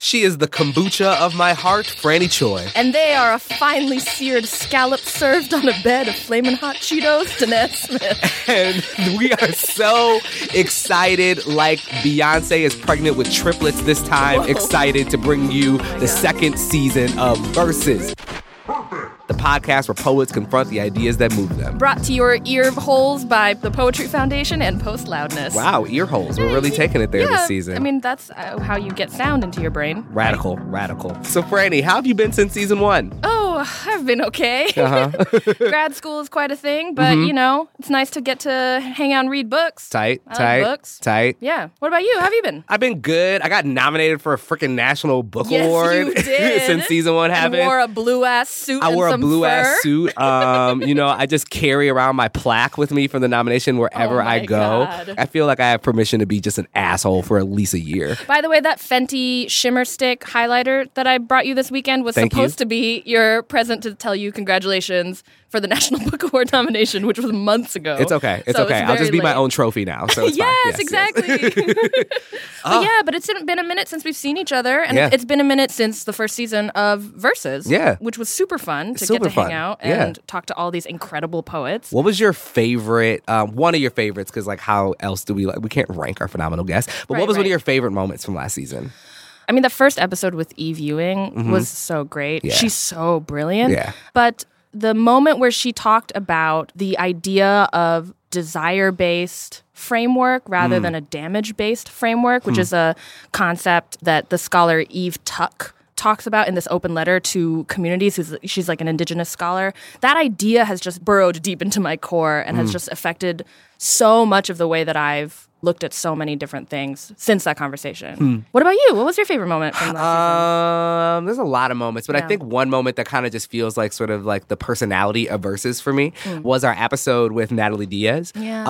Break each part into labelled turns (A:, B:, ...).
A: She is the kombucha of my heart, Franny Choi.
B: And they are a finely seared scallop served on a bed of flaming hot Cheetos, Danette Smith.
A: And we are so excited, like Beyonce is pregnant with triplets this time,
B: Whoa. Oh
A: excited to bring you the
B: God.
A: second season of Versus. The podcast where poets confront the ideas that move them.
B: Brought to your ear holes by the Poetry Foundation and Post Loudness.
A: Wow, ear holes. We're really taking it there
B: yeah,
A: this season.
B: I mean, that's uh, how you get sound into your brain.
A: radical, radical. So, Franny, how have you been since season one?
B: Oh, I've been okay.
A: Uh-huh.
B: Grad school is quite a thing, but you know, it's nice to get to hang out and read books.
A: Mm-hmm. Tight,
B: I love
A: tight,
B: Uh, books.
A: tight.
B: Yeah. What about you? How have you been?
A: I've been good. I got nominated for a freaking national book
B: Yes, you
A: award
B: did.
A: since season one happened.
B: And wore a blue ass suit.
A: I
B: and
A: wore a
B: some
A: blue ass
B: fur.
A: suit. Um, you know, I just carry around my plaque with me from the nomination wherever
B: Oh
A: I
B: my
A: go.
B: God.
A: I feel like I have permission to be just an asshole for at least a year.
B: By the way, that Fenty Shimmer Stick highlighter that I brought you this weekend was
A: Thank you.
B: supposed to be your present to tell you congratulations for the National Book Award nomination, which was months ago.
A: It's okay. It's
B: Oh, So
A: okay. I'll
B: very
A: just be my
B: late.
A: own trophy now. So it's fine.
B: yes,
A: yes, yes.
B: exactly. but yeah, but it's been a minute since we've seen each other, and
A: Yeah.
B: it's been a minute since the first season of Versus.
A: Yeah.
B: which was super fun to
A: Super
B: get to
A: fun.
B: hang out
A: Yeah.
B: and talk to all these incredible poets.
A: What was your favorite? Um, one of your favorites, because like, how else do we like? We can't rank our phenomenal guests. But what
B: Right,
A: was one of
B: right.
A: your favorite moments from last season?
B: I mean, the first episode with Eve Ewing was so great.
A: Mm-hmm. Yeah.
B: She's so brilliant.
A: Yeah.
B: But the moment where she talked about the idea of desire based framework rather than a damage based framework, which is a concept that the scholar Eve Tuck talks about in this open letter to communities who's she's like an indigenous scholar that idea has just burrowed deep into my core and has just affected so much of the way that i've looked at so many different things since that conversation what about you what was your favorite moment from last season?
A: Um, there's a lot of moments, but I
B: Yeah.
A: think one moment that kind of just feels like sort of like the personality of verses for me was our episode with Natalie Diaz.
B: Hmm. Yeah.
A: Um,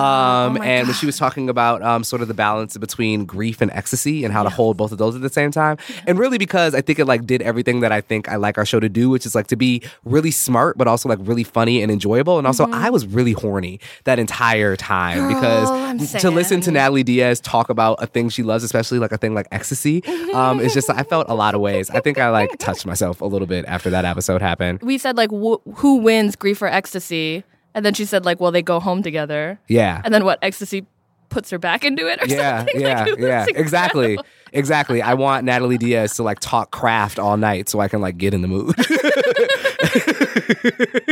B: Oh my
A: and when she was talking about um sort of the balance between grief and ecstasy and how to hold both of those at the same time, and really because I think it like did everything that I think I like our show to do, which is like to be really smart, but also like really funny and enjoyable. And also, I was really horny that entire time because
B: I'm
A: to listen to
B: saying.
A: Natalie Diaz talk about a thing she loves, especially like a thing like ecstasy. Um, it's just I felt a lot of ways. I think I like touched myself a little bit after that episode happened.
B: we said like wh- who wins grief or ecstasy and then she said like well they go home together
A: Yeah.
B: and then what ecstasy puts her back into it or
A: Yeah,
B: something
A: yeah,
B: like, it was
A: yeah.
B: incredible.
A: Exactly. Exactly. I want Natalie Diaz to like talk craft all night so I can like get in the mood.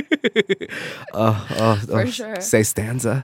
A: oh, oh, oh,
B: sure.
A: Say stanza.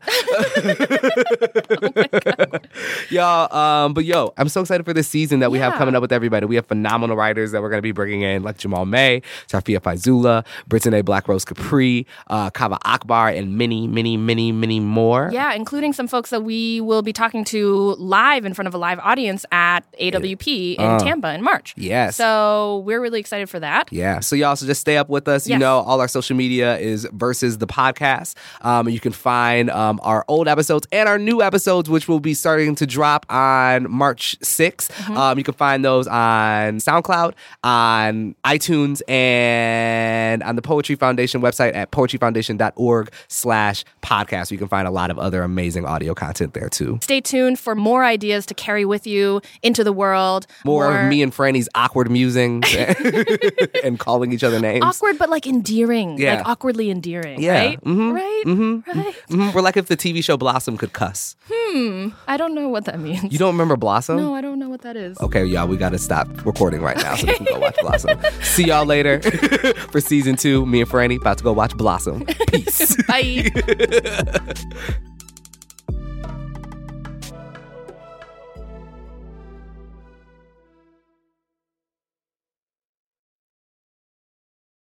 A: Y'all, um, but yo, I'm so excited for this season that we have
B: Yeah.
A: coming up with everybody. We have phenomenal writers that we're going to be bringing in, like Jamal May, Shafia Faizula, Brittany Black Rose Capri, uh, Kava Akbar, and many, many, many, many more.
B: yeah including some folks that we will be talking to live in front of a live audience at awp in tampa in march
A: Uh. Yes.
B: so we're really excited for that
A: Yeah. So y'all, so just stay up with us. You
B: Yes.
A: know, all our social media is versus the podcast. Um, you can find um, our old episodes and our new episodes, which will be starting to drop on March 6th. Um, you can find those on SoundCloud, on iTunes, and on the Poetry Foundation website at poetryfoundation.org slash podcast. You can find a lot of other amazing audio content there too.
B: Stay tuned for more ideas to carry with you into the world.
A: More, of me and Franny's awkward musings and calling each other names.
B: awkward, but like endearing,
A: Yeah.
B: like awkwardly endearing.
A: Yeah. Mm-hmm.
B: Right. Right. Right.
A: Mhm. We're like if the TV show Blossom could cuss.
B: I don't know what that means.
A: You Oh, don't remember Blossom?
B: no, I don't know what that is.
A: Okay, y'all, we gotta stop recording right now so we can go watch Blossom. See y'all later for season two. Me and Franny about to go watch Blossom. Peace.
B: Bye.